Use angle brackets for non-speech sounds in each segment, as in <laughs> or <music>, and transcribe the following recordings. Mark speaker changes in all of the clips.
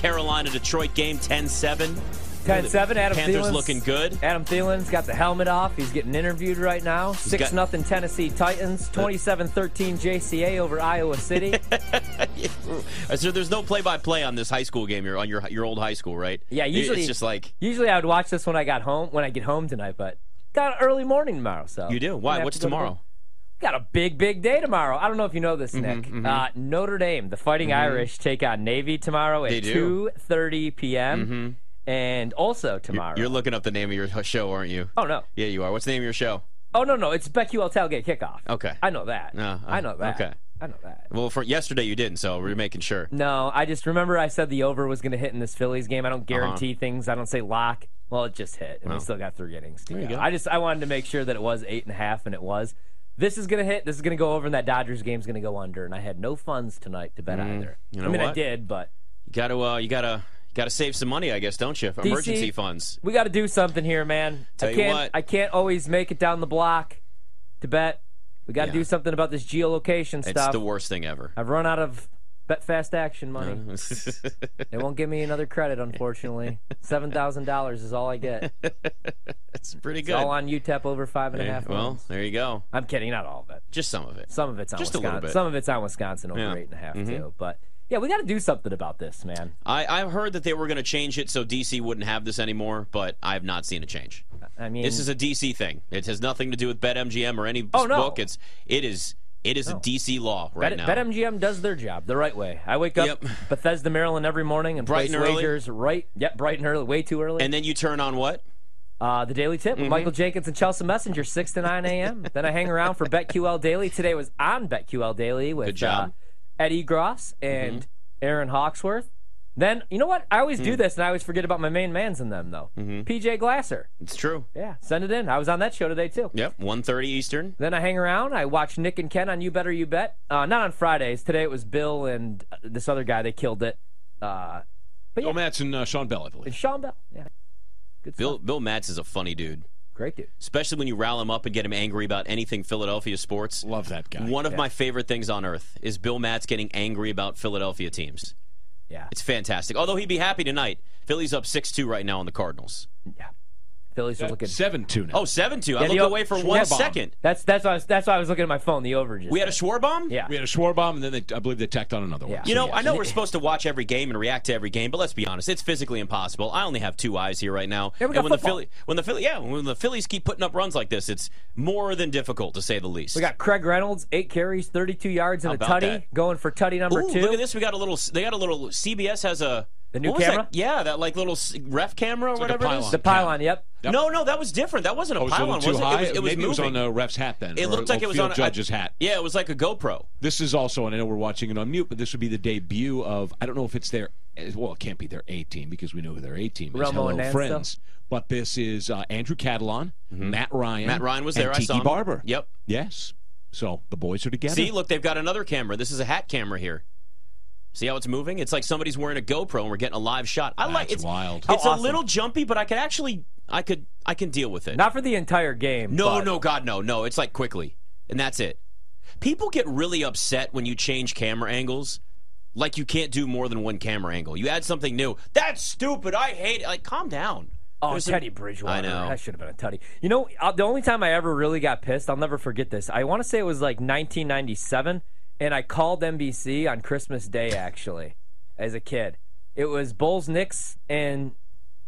Speaker 1: Carolina Detroit game, 10 7.
Speaker 2: 10 7. Adam
Speaker 1: Panthers
Speaker 2: Thielen's-
Speaker 1: looking good.
Speaker 2: Adam Thielen's got the helmet off. He's getting interviewed right now. 6
Speaker 1: got- Uh,
Speaker 2: nothing Tennessee Titans. 27 13 JCA over
Speaker 1: <laughs>
Speaker 2: Iowa City.
Speaker 1: Uh, So there's no play by play on this high school game, you're on your, your old high school, right?
Speaker 2: Yeah, usually
Speaker 1: It's just like.
Speaker 2: Usually I would watch this when I got home, when I get home tonight, but got an early morning tomorrow, so.
Speaker 1: You do?
Speaker 2: Gonna
Speaker 1: Why?
Speaker 2: have
Speaker 1: What's
Speaker 2: to go to
Speaker 1: tomorrow? Mm-hmm,
Speaker 2: bed. Got a big, big day tomorrow. I don't know if you know this, Nick. Uh, Notre Dame, the Fighting Irish, take on Navy tomorrow
Speaker 1: They
Speaker 2: at
Speaker 1: do. Mm-hmm.
Speaker 2: 2:30 p.m. And also tomorrow.
Speaker 1: You're looking up the name of your show, aren't you?
Speaker 2: oh no.
Speaker 1: Yeah, you are. What's the name of your show?
Speaker 2: Oh no, no, it's BetQL Tailgate Kickoff.
Speaker 1: Okay.
Speaker 2: I know that.
Speaker 1: Uh, uh,
Speaker 2: I know that.
Speaker 1: okay.
Speaker 2: I know that.
Speaker 1: Well, for yesterday you didn't, so we're making sure.
Speaker 2: No, I just remember I said the over was going to hit in this Phillies game. I don't
Speaker 1: Uh-huh.
Speaker 2: guarantee things. I don't say lock. Well, it just hit, and we still got three innings. To
Speaker 1: you
Speaker 2: go.
Speaker 1: go.
Speaker 2: I just I wanted to make sure that it was eight and a half, and it was. This is going to hit. This is going to go over, and that Dodgers game's going to go under. And I had no funds tonight to bet either.
Speaker 1: Mm-hmm. You know
Speaker 2: I mean, I
Speaker 1: what?
Speaker 2: did, but
Speaker 1: You gotta, uh, you gotta, you gotta save some money, I guess, don't you? For
Speaker 2: DC
Speaker 1: Emergency funds.
Speaker 2: we got to do something here, man.
Speaker 1: Tell
Speaker 2: I
Speaker 1: you
Speaker 2: can't.
Speaker 1: what.
Speaker 2: I can't always make it down the block to bet. We got to
Speaker 1: Yeah.
Speaker 2: do something about this geolocation
Speaker 1: It's
Speaker 2: stuff.
Speaker 1: the Uh-huh. worst thing ever. <laughs>
Speaker 2: I've run out of bet fast action money.
Speaker 1: it's
Speaker 2: They won't give me another
Speaker 1: <laughs>
Speaker 2: credit, unfortunately. Seven thousand dollars is all I get.
Speaker 1: pretty good.
Speaker 2: It's all on UTEP over five and a
Speaker 1: Yeah,
Speaker 2: half.
Speaker 1: well,
Speaker 2: runs.
Speaker 1: there you go.
Speaker 2: I'm kidding, not all of it.
Speaker 1: Just some of it.
Speaker 2: Some of it's on
Speaker 1: Just a
Speaker 2: Wisconsin.
Speaker 1: little bit.
Speaker 2: Some of it's on Wisconsin over
Speaker 1: Yeah. Mm-hmm.
Speaker 2: eight and a half too. But yeah, we got to do something about this, man.
Speaker 1: I, I've heard that they were going to change it so DC wouldn't have this anymore, but I have not seen a change.
Speaker 2: I mean,
Speaker 1: This is a DC thing. It has nothing to do with BetMGM or any
Speaker 2: Oh, no.
Speaker 1: book. It's it is it is a DC law right
Speaker 2: Bet-
Speaker 1: now.
Speaker 2: BetMGM does their job the right way. I wake up
Speaker 1: Yep.
Speaker 2: Bethesda, Maryland every morning and
Speaker 1: Bright
Speaker 2: place
Speaker 1: and early.
Speaker 2: wagers right. Yep, bright and early, way too early.
Speaker 1: and then you turn on what?
Speaker 2: Uh, the Daily Tip with
Speaker 1: Mm-hmm.
Speaker 2: Michael Jenkins and Chelsea Messenger, 6 to
Speaker 1: <laughs>
Speaker 2: 9 a.m. then I hang around for BetQL Daily. Today was on BetQL Daily with
Speaker 1: Good job. Mm-hmm.
Speaker 2: Uh, Eddie Gross and Aaron Hawksworth. Then, you know what? I always
Speaker 1: Mm.
Speaker 2: do this and I always forget about my main mans in them, though.
Speaker 1: Mm-hmm.
Speaker 2: PJ Glasser.
Speaker 1: It's true.
Speaker 2: Yeah, send it in. I was on that show today, too.
Speaker 1: Yep, 1.30 Eastern.
Speaker 2: Then I hang around. I watch Nick and Ken on You Better You Bet. Uh, not on Fridays. Today it was Bill and uh, this other guy. They killed it. Uh,
Speaker 3: Bill Matz and uh, Sean Bell, I believe.
Speaker 2: Sean Bell. Yeah. Good
Speaker 1: Bill
Speaker 2: stuff.
Speaker 1: Bill Matz is a funny dude,
Speaker 2: Great dude.
Speaker 1: especially when you rile him up and get him angry about anything Philadelphia sports.
Speaker 3: Love that guy.
Speaker 1: One of my favorite things on earth is Bill Matz getting angry about Philadelphia teams.
Speaker 2: Yeah.
Speaker 1: It's fantastic. Although he'd be happy tonight. Philly's up 6-2 right now on the Cardinals.
Speaker 2: Phillies are looking.
Speaker 3: Seven two now.
Speaker 1: Oh, 7-2. I
Speaker 2: Yeah, the
Speaker 1: looked
Speaker 2: o-
Speaker 1: away for one
Speaker 2: Schwarbaum.
Speaker 1: second.
Speaker 2: That's that's why I was, that's why I was looking at my phone. The over just
Speaker 1: We had a Schwarbaum?
Speaker 2: yeah.
Speaker 3: we had a Schwarbaum, and then they, I believe they tacked on another
Speaker 2: Yeah.
Speaker 3: one.
Speaker 1: You know,
Speaker 2: Yes.
Speaker 1: I know we're supposed to watch every game and react to every game, but let's be honest, it's physically impossible. I only have two eyes here right now.
Speaker 2: Yeah, we got
Speaker 1: and when
Speaker 2: football.
Speaker 1: the Philly when the Philly yeah, when the Phillies keep putting up runs like this, it's more than difficult to say the least.
Speaker 2: We got Craig Reynolds, eight carries, 32 yards, and a
Speaker 1: about
Speaker 2: tutty
Speaker 1: that?
Speaker 2: going for tutty number
Speaker 1: Ooh,
Speaker 2: two.
Speaker 1: Look at this. We got a little. They got a little. CBS has a
Speaker 2: The new
Speaker 1: what was that?
Speaker 2: camera?
Speaker 1: Yeah, that like little s- ref camera or
Speaker 3: like a
Speaker 1: whatever. it is.
Speaker 3: pylon.
Speaker 2: The pylon, yep.
Speaker 3: Yep.
Speaker 1: No, no, that was different. That wasn't a
Speaker 3: Oh, it was a
Speaker 1: pylon.
Speaker 3: little too
Speaker 1: was
Speaker 3: high.
Speaker 1: It, it was, it was
Speaker 3: Maybe
Speaker 1: moving.
Speaker 3: it was on a ref's hat then.
Speaker 1: it
Speaker 3: or
Speaker 1: looked
Speaker 3: a
Speaker 1: like it was
Speaker 3: field
Speaker 1: on a
Speaker 3: judge's hat.
Speaker 1: Yeah, it was like a GoPro.
Speaker 3: This is also, and I know we're watching it on mute, but this would be the debut of, I don't know if it's their, well, it can't be their A team because we know who their A team is.
Speaker 2: Romo
Speaker 3: Hello,
Speaker 2: and Nance,
Speaker 3: friends. But this is uh, Andrew Catalan, Matt Ryan.
Speaker 1: Mm-hmm.
Speaker 2: Mm-hmm.
Speaker 1: Matt Ryan was
Speaker 3: and
Speaker 1: there. I
Speaker 3: Tiki
Speaker 1: saw him.
Speaker 3: Barber.
Speaker 1: Yep.
Speaker 3: Yes. So the boys are together.
Speaker 1: See, look, they've got another camera. This is a hat camera here. See how it's moving? It's like somebody's wearing a GoPro and we're getting a live shot. I like
Speaker 3: That's
Speaker 1: it's
Speaker 3: wild.
Speaker 1: It's
Speaker 2: How
Speaker 1: a
Speaker 2: awesome.
Speaker 1: little jumpy, but I could actually, I could, I can deal with it.
Speaker 2: Not for the entire game.
Speaker 1: No,
Speaker 2: but
Speaker 1: no, God, no, no. It's like quickly, and that's it. People get really upset when you change camera angles. Like you can't do more than one camera angle. You add something new. That's stupid. I hate it. Like, calm down.
Speaker 2: Oh,
Speaker 1: There's a-
Speaker 2: Teddy Bridgewater.
Speaker 1: I know.
Speaker 2: That should have been a tutty. You know, uh, the only time I ever really got pissed, I'll never forget this. I want to say it was like 1997, and I called NBC on Christmas Day, actually, as a kid. It was Bulls Knicks, and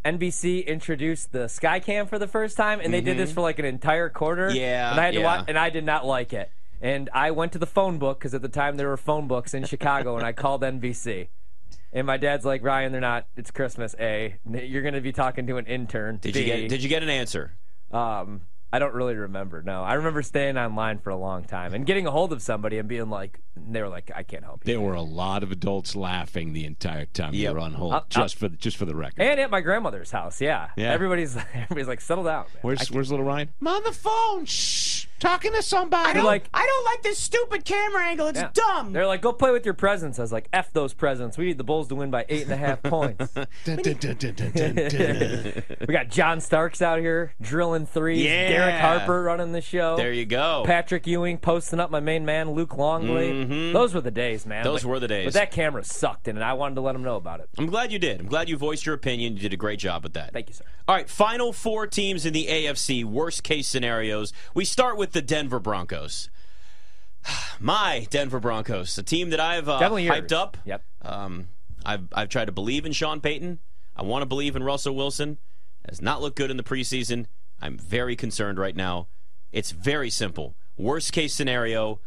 Speaker 2: NBC introduced the Skycam for the first time, and they did this for like an entire quarter.
Speaker 1: Mm-hmm. Yeah,
Speaker 2: And I had to
Speaker 1: yeah.
Speaker 2: watch, and I did not like it. And I went to the phone book because at the time there were phone books in Chicago, and I called NBC. And my dad's like, Ryan, they're not. It's Christmas. A, you're going to be talking to an intern.
Speaker 1: Did you get? Did you get an answer?
Speaker 2: Um, I don't really remember. No, I remember staying online for a long time and getting a hold of somebody and being like, and they were like, I can't help you.
Speaker 3: There were a lot of adults laughing the entire time
Speaker 1: Yep. Uh,
Speaker 3: you were on hold,
Speaker 2: Up,
Speaker 3: just for the, just for the record.
Speaker 2: And at my grandmother's house, yeah. <laughs>
Speaker 3: Yeah.
Speaker 2: Everybody's everybody's like, settle down. man."
Speaker 3: where's Where's little Ryan? I'm on the phone. Shh. talking to somebody.
Speaker 1: I don't
Speaker 2: like-
Speaker 1: like. I don't like this stupid camera angle. It's
Speaker 2: Yeah.
Speaker 1: dumb.
Speaker 2: They're like, go play with your presents. I was like, F those presents. We need the Bulls to win by eight and a half points.
Speaker 1: <laughs>
Speaker 3: Dun, dun, dun, dun, dun, dun, dun.
Speaker 2: we got John Starks out here drilling threes.
Speaker 1: Yeah.
Speaker 2: Derek Harper running the show.
Speaker 1: There you go.
Speaker 2: Patrick Ewing posting up my main man, Luke Longley. Those were the days, man.
Speaker 1: Mm-hmm. Those were the days.
Speaker 2: But that camera sucked, and I wanted to let him know about it.
Speaker 1: I'm glad you did. I'm glad you voiced your opinion. You did a great job with that.
Speaker 2: Thank you, sir.
Speaker 1: All right, final four teams in the AFC, worst case scenarios. We start with the Denver Broncos. <sighs> My Denver Broncos, a team that I've uh,
Speaker 2: Definitely yours.
Speaker 1: hyped up.
Speaker 2: Yep.
Speaker 1: Um, I've, I've tried to believe in Sean Payton. I want to believe in Russell Wilson. Has not looked good in the preseason. I'm very concerned right now. It's very simple. Worst case scenario,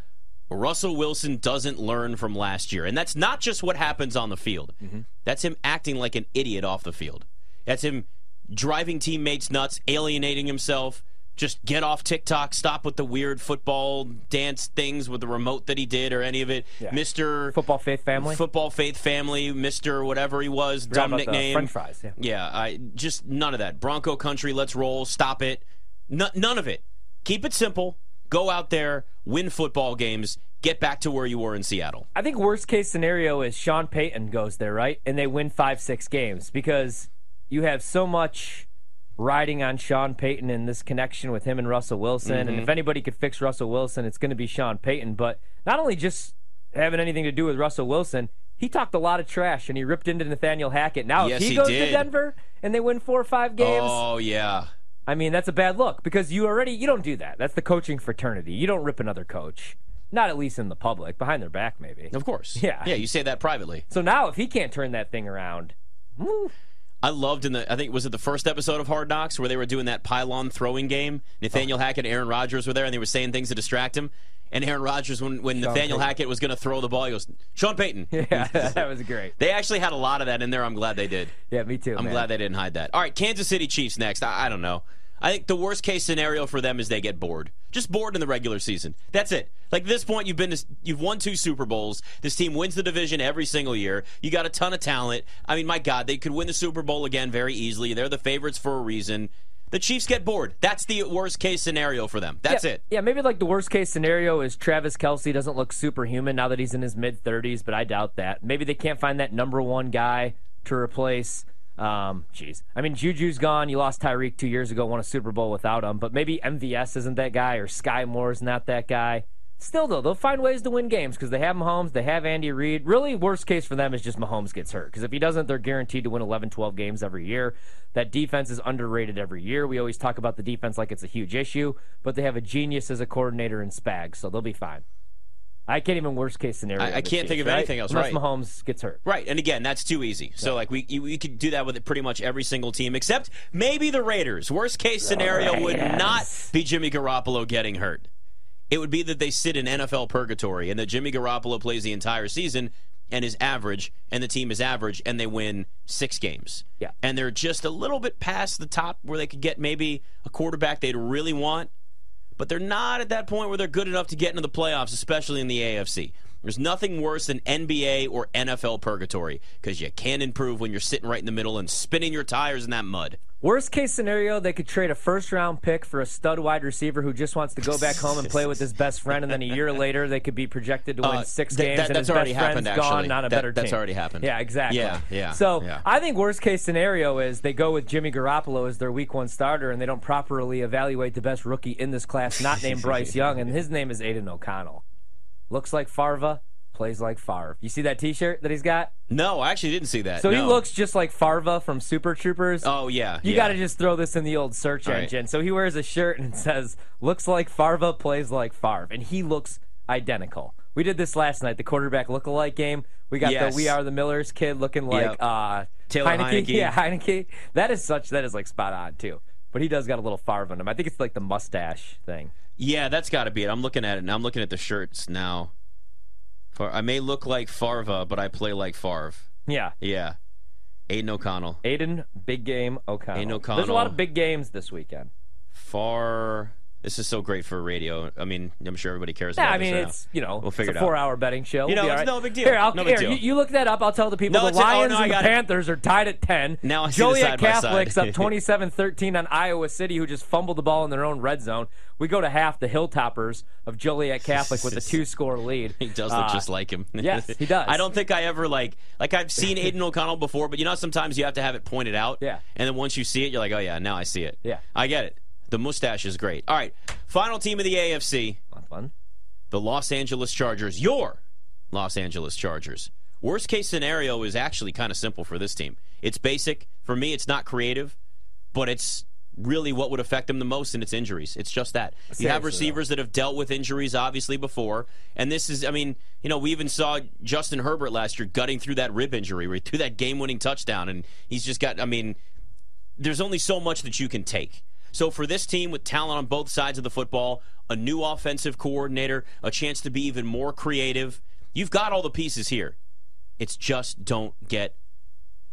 Speaker 1: Russell Wilson doesn't learn from last year. And that's not just what happens on the field.
Speaker 2: Mm-hmm.
Speaker 1: That's him acting like an idiot off the field. That's him driving teammates nuts, alienating himself. Just get off TikTok, stop with the weird football dance things with the remote that he did or any of it.
Speaker 2: Yeah.
Speaker 1: Mr.
Speaker 2: Football faith family.
Speaker 1: Football faith family, Mister whatever he was,
Speaker 2: Forgot
Speaker 1: dumb
Speaker 2: about the
Speaker 1: nickname.
Speaker 2: French fries. Yeah.
Speaker 1: Yeah, I just none of that. Bronco country, let's roll. Stop it. N- none of it. Keep it simple. Go out there, win football games, get back to where you were in Seattle.
Speaker 2: I think worst case scenario is Sean Payton goes there, right? And they win five, six games because you have so much riding on Sean Payton and this connection with him and Russell Wilson. And
Speaker 1: Mm-hmm.
Speaker 2: if anybody could fix Russell Wilson, it's going to be Sean Payton. But not only just having anything to do with Russell Wilson, he talked a lot of trash and he ripped into Nathaniel Hackett. Now,
Speaker 1: Yes,
Speaker 2: if he,
Speaker 1: he
Speaker 2: goes
Speaker 1: did.
Speaker 2: to Denver and they win four or five games,
Speaker 1: Oh yeah,
Speaker 2: I mean, that's a bad look because you already you don't do that. That's the coaching fraternity. You don't rip another coach. Not at least in the public, behind their back maybe.
Speaker 1: of course.
Speaker 2: Yeah.
Speaker 1: yeah. You say that privately.
Speaker 2: So now, if he can't turn that thing around, woo, <laughs>
Speaker 1: I loved in the I think was it the first episode of Hard Knocks where they were doing that pylon throwing game.
Speaker 2: Oh.
Speaker 1: Nathaniel Hackett and Aaron Rodgers were there and they were saying things to distract him. And Aaron Rodgers when when Nathaniel Hackett was going to throw the ball, he goes, "Sean Payton."
Speaker 2: <laughs> yeah, that was great.
Speaker 1: They actually had a lot of that in there. I'm glad they did.
Speaker 2: Yeah, me too.
Speaker 1: I'm glad they didn't hide that. All right, Kansas City Chiefs next. I, I don't know. I think the worst case scenario for them is they get bored. Just bored in the regular season. That's it. Like at this point, you've been to, you've won two Super Bowls. This team wins the division every single year. You got a ton of talent. I mean, my God, they could win the Super Bowl again very easily. They're the favorites for a reason. The Chiefs get bored. That's the worst case scenario for them. That's
Speaker 2: yeah,
Speaker 1: it.
Speaker 2: Yeah, maybe like the worst case scenario is Travis Kelsey doesn't look superhuman now that he's in his mid 30s, but I doubt that. Maybe they can't find that number one guy to replace. Um, jeez, I mean Juju's gone. You lost Tyreek two years ago, won a Super Bowl without him. But maybe MVS isn't that guy, or Sky Moore's not that guy. Still though, they'll find ways to win games because they have Mahomes, they have Andy Reid. Really, worst case for them is just Mahomes gets hurt because if he doesn't, they're guaranteed to win 11, 12 games every year. That defense is underrated every year. We always talk about the defense like it's a huge issue, but they have a genius as a coordinator in Spags, so they'll be fine. I can't even worst case scenario.
Speaker 1: I- I
Speaker 2: this
Speaker 1: can't think
Speaker 2: Chiefs,
Speaker 1: of
Speaker 2: right?
Speaker 1: anything else,
Speaker 2: Unless
Speaker 1: right.
Speaker 2: Mahomes gets hurt.
Speaker 1: Right, and again, that's too easy. So like we you- we could do that with pretty much every single team except maybe the Raiders. Worst case scenario would not be Jimmy Garoppolo getting hurt. It would be that they sit in NFL purgatory and that Jimmy Garoppolo plays the entire season and is average and the team is average and they win 6 games.
Speaker 2: Yeah.
Speaker 1: And they're just a little bit past the top where they could get maybe a quarterback they'd really want but they're not at that point where they're good enough to get into the playoffs, especially in the AFC. There's nothing worse than NBA or NFL purgatory because you can't improve when you're sitting right in the middle and spinning your tires in that mud.
Speaker 2: Worst case scenario, they could trade a first round pick for a stud wide receiver who just wants to go back home and play with his best friend, and then
Speaker 1: <laughs>
Speaker 2: a year later they could be projected to win
Speaker 1: Uh,
Speaker 2: six
Speaker 1: th-
Speaker 2: games.
Speaker 1: that-
Speaker 2: and his
Speaker 1: that's already
Speaker 2: best friend's
Speaker 1: happened,
Speaker 2: Gone,
Speaker 1: actually.
Speaker 2: not a
Speaker 1: That-
Speaker 2: better
Speaker 1: that's
Speaker 2: team.
Speaker 1: already happened.
Speaker 2: Yeah, exactly.
Speaker 1: Yeah, yeah,
Speaker 2: So
Speaker 1: yeah.
Speaker 2: I think worst case scenario is they go with Jimmy Garoppolo as their Week One starter, and they don't properly evaluate the best rookie in this
Speaker 1: <laughs>
Speaker 2: class, not named Bryce Young, and his name is Aiden O'Connell. Looks like Farva, plays like Favre. You see that T-shirt that he's got?
Speaker 1: No, I actually didn't see that.
Speaker 2: So he
Speaker 1: no.
Speaker 2: looks just like Farva from Super Troopers.
Speaker 1: Oh yeah,
Speaker 2: You
Speaker 1: yeah.
Speaker 2: got to just throw this in the old search
Speaker 1: All right.
Speaker 2: engine. So he wears a shirt and <laughs> it says, looks like Farva plays like Favre. And he looks identical. We did this last night, the quarterback lookalike game. We got
Speaker 1: Yes.
Speaker 2: the We Are the Millers kid looking like
Speaker 1: Yep.
Speaker 2: uh,
Speaker 1: Taylor Heineke.
Speaker 2: <laughs> Yeah, Heineke. That is such, that is like spot on, too. But he does got a little Favre in him. I think it's like the mustache thing.
Speaker 1: Yeah, that's got to be it. I'm looking at it. and I'm looking at the shirts now. Far- I may look like Farva, but I play like Favre.
Speaker 2: Yeah.
Speaker 1: Yeah, Aiden O'Connell.
Speaker 2: Aiden, big game O'Connell.
Speaker 1: Aiden
Speaker 2: There's a lot
Speaker 1: O'Connell.
Speaker 2: of big games this weekend.
Speaker 1: Far. This is so great for radio. I mean, I'm sure everybody cares
Speaker 2: Yeah,
Speaker 1: about
Speaker 2: I
Speaker 1: this
Speaker 2: mean,
Speaker 1: right
Speaker 2: it's you know,
Speaker 1: We'll
Speaker 2: it's
Speaker 1: figure
Speaker 2: a
Speaker 1: it out.
Speaker 2: four-hour betting show.
Speaker 1: You know,
Speaker 2: We'll be
Speaker 1: it's
Speaker 2: all right.
Speaker 1: no big deal.
Speaker 2: Here, I'll,
Speaker 1: No big
Speaker 2: here,
Speaker 1: deal.
Speaker 2: You, you look that up. I'll tell the people
Speaker 1: No,
Speaker 2: the
Speaker 1: it's- oh,
Speaker 2: Lions
Speaker 1: no, I
Speaker 2: and the
Speaker 1: got it.
Speaker 2: Panthers are tied at ten.
Speaker 1: Now I see the
Speaker 2: Joliet
Speaker 1: side by side. <laughs>
Speaker 2: Catholic's up 27-13 on Iowa City, who just fumbled the ball in their own red zone. We go to half the Hilltoppers of Joliet
Speaker 1: <laughs>
Speaker 2: Catholic with a two-score lead.
Speaker 1: He does look
Speaker 2: Uh,
Speaker 1: just like him. <laughs>
Speaker 2: yes, he does.
Speaker 1: I don't think I ever like like I've seen
Speaker 2: <laughs>
Speaker 1: Aiden O'Connell before, but you know how sometimes you have to have it pointed out.
Speaker 2: Yeah.
Speaker 1: And then once you see it, you're like, oh yeah, now I see it.
Speaker 2: Yeah.
Speaker 1: I get it. The mustache is great. All right, final team of the AFC,
Speaker 2: Fun.
Speaker 1: the Los Angeles Chargers. Your Los Angeles Chargers. Worst case scenario is actually kind of simple for this team. It's basic. For me, it's not creative, but it's really what would affect them the most, and it's injuries. It's just that. you have
Speaker 2: Seriously, though.
Speaker 1: receivers receivers that have dealt with injuries obviously before. And this is, I mean, you know, we even saw Justin Herbert last year gutting through that rib injury, where he threw that game winning touchdown. And he's just got, I mean, there's only so much that you can take. So for this team with talent on both sides of the football, a new offensive coordinator, a chance to be even more creative, you've got all the pieces here. It's just don't get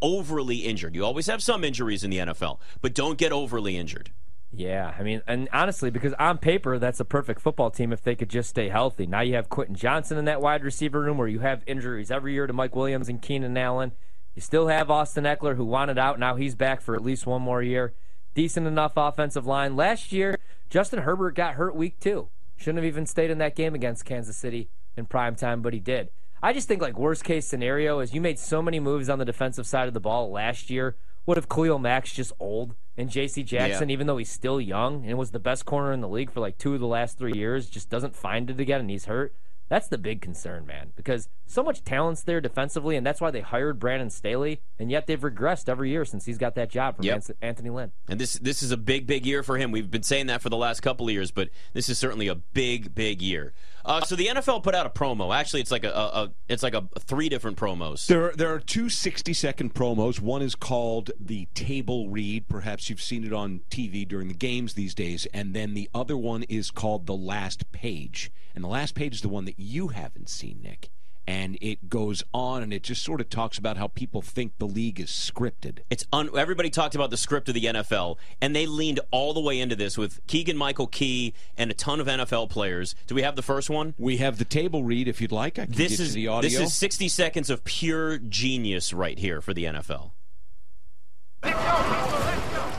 Speaker 1: overly injured. You always have some injuries in the NFL, but don't get overly injured.
Speaker 2: Yeah, I mean, and honestly, because on paper, that's a perfect football team if they could just stay healthy. Now you have Quentin Johnson in that wide receiver room where you have injuries every year to Mike Williams and Keenan Allen. You still have Austin Eckler, who wanted out. Now he's back for at least one more year. Decent enough offensive line. Last year, Justin Herbert got hurt week two. Shouldn't have even stayed in that game against Kansas City in prime time, but he did. I just think, like, worst case scenario is you made so many moves on the defensive side of the ball last year. What if Khalil Mack's just old and J.C. Jackson, even though he's still young and was the best corner in the league for like two of the last three years, just doesn't find it again and he's hurt. That's the big concern, man, because so much talent's there defensively, and that's why they hired Brandon Staley, and yet they've regressed every year since he's got that job from
Speaker 1: Yep.
Speaker 2: Anth- Anthony Lynn.
Speaker 1: And this this is a big big year for him. We've been saying that for the last couple of years, but this is certainly a big big year. Uh, so the NFL put out a promo. Actually, it's like a, a, a it's like a three different promos.
Speaker 3: <laughs> There, there are two 60 second promos. One is called the table read. Perhaps you've seen it on TV during the games these days. And then the other one is called the last page. And the last page is the one that you haven't seen, Nick. And it goes on and it just sort of talks about how people think the league is scripted.
Speaker 1: It's un- everybody talked about the script of the NFL, and they leaned all the way into this with Keegan Michael Key and a ton of NFL players. Do we have the first one?
Speaker 3: We have the table read if you'd like. I can
Speaker 1: This
Speaker 3: get
Speaker 1: is
Speaker 3: to the audio.
Speaker 1: this is sixty seconds of pure genius right here for the NFL.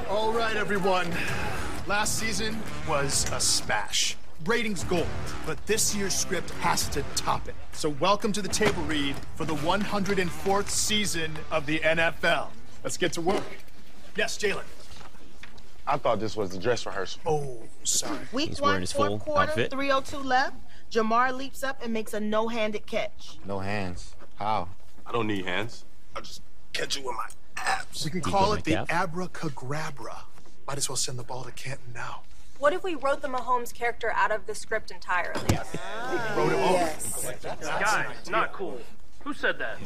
Speaker 4: All right, everyone. Last season was a smash. Ratings gold, but this year's script has to top it. So, welcome to the table read for the 104th season of the NFL. Let's get to work. Yes, Jalen.
Speaker 5: I thought this was the dress rehearsal.
Speaker 4: Oh, sorry.
Speaker 6: Week
Speaker 1: He's wearing
Speaker 6: one,
Speaker 1: his full
Speaker 6: fourth quarter,
Speaker 1: outfit.
Speaker 6: 302 left. Jamar leaps up and makes a no-handed catch.
Speaker 5: No hands. How?
Speaker 7: I don't need hands.
Speaker 4: I'll just catch you with my abs. We can call
Speaker 1: going
Speaker 4: it
Speaker 1: like
Speaker 4: the abracadabra. Might as well send the ball to Canton now.
Speaker 8: What if we wrote the Mahomes character out of the script entirely?
Speaker 4: Wrote it all.
Speaker 9: Guys, not cool. Who said that?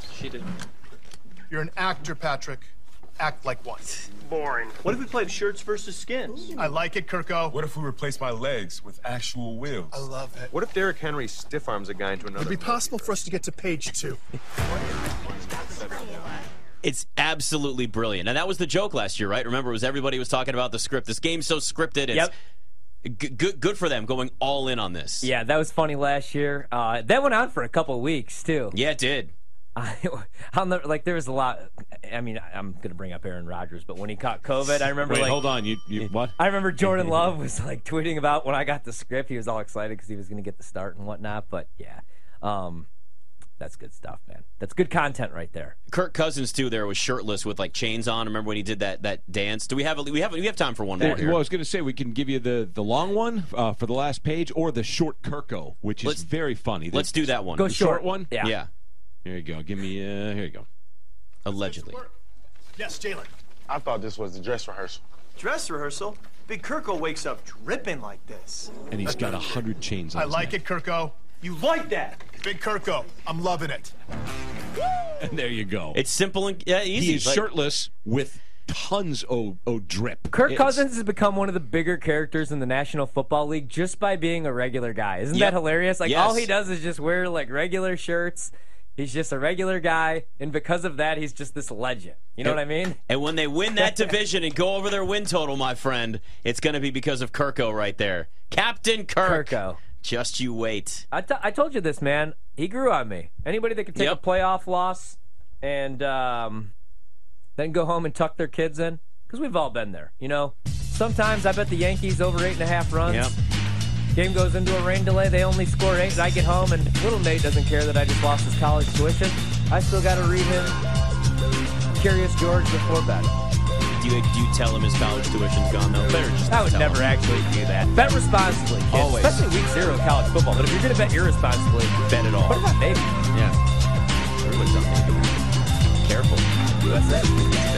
Speaker 4: You're an actor, Patrick. Act like one.
Speaker 9: Boring. What if we played shirts versus skins?
Speaker 4: I like it, Kirko.
Speaker 10: What if we replace my legs with actual wheels?
Speaker 4: I love it.
Speaker 7: What if Derrick Henry stiff arms a guy into another?
Speaker 4: It'd be possible for us to get to page two.
Speaker 1: It's absolutely brilliant. And that was the joke last year, right? Remember, it was everybody was talking about the script. This game's so scripted. It's
Speaker 2: Yep.
Speaker 1: g- good good for them going all in on this.
Speaker 2: Yeah, that was funny last year. Uh, that went on for a couple weeks too. <laughs>
Speaker 1: Yeah, it did.
Speaker 2: I, I'll never, like there was a lot. I mean, I'm gonna bring up Aaron Rodgers, but when he caught COVID, I remember
Speaker 3: Wait,
Speaker 2: like
Speaker 3: hold on. You, you what?
Speaker 2: I remember Jordan Love was like tweeting about when I got the script. He was all excited because he was going to get the start and whatnot. But yeah, um, that's good stuff, man. That's good content right there.
Speaker 1: Kirk Cousins too. There was shirtless with like chains on. Remember when he did that that dance? Do we have a, we have we have time for one more here?
Speaker 3: Well, I was going to say we can give you the the long one uh, for the last page, or the short Kirko, which is
Speaker 1: Let's-
Speaker 3: very funny.
Speaker 1: Let's do that one.
Speaker 2: Go
Speaker 3: the short, one.
Speaker 2: Yeah.
Speaker 1: yeah,
Speaker 3: Here you go. Give me. Uh, here you go.
Speaker 1: allegedly.
Speaker 4: Yes, Jalen.
Speaker 5: I thought this was the dress rehearsal.
Speaker 9: Dress rehearsal? Big Kirko wakes up dripping like this.
Speaker 3: And he's got a hundred chains. on
Speaker 4: I
Speaker 3: his
Speaker 4: like
Speaker 3: neck.
Speaker 4: it, Kirko.
Speaker 9: You like that?
Speaker 4: Big Kirko. I'm loving it.
Speaker 3: And <laughs> there you go.
Speaker 1: It's simple and yeah, easy.
Speaker 3: he is
Speaker 1: Like,
Speaker 3: shirtless with tons of, of drip.
Speaker 2: Kirk
Speaker 3: It's-
Speaker 2: Cousins has become one of the bigger characters in the National Football League just by being a regular guy. Isn't
Speaker 1: Yep.
Speaker 2: that hilarious? Like all
Speaker 1: Yes.
Speaker 2: he does is just wear like regular shirts. He's just a regular guy, and because of that, he's just this legend. You know what I mean?
Speaker 1: And when they win
Speaker 3: <laughs>
Speaker 1: that division and go over their win total, my friend, it's going to be because of Kirko right there. Captain Kirk.
Speaker 2: Kirko.
Speaker 1: Just you wait.
Speaker 2: I, t- I told you this, man. He grew on me. Anybody that could take
Speaker 1: Yep.
Speaker 2: a playoff loss and um, then go home and tuck their kids in, because we've all been there. You know, sometimes I bet the Yankees over eight and a half runs.
Speaker 1: Yep.
Speaker 2: Game goes into a rain delay. They only score eight, and I get home, and little Nate doesn't care that I just lost his college tuition. I still got to read him Curious George before bed.
Speaker 1: Do you, do you tell him his college tuition's gone, though? Better just
Speaker 2: I would
Speaker 1: tell
Speaker 2: never
Speaker 1: him.
Speaker 2: actually do that. Bet responsibly, kids.
Speaker 1: Always.
Speaker 2: Especially week zero of college football. But if you're going to bet irresponsibly,
Speaker 1: bet at all.
Speaker 2: what about Navy? <laughs>
Speaker 1: Yeah. Everybody's on Navy. Careful. USA. <laughs>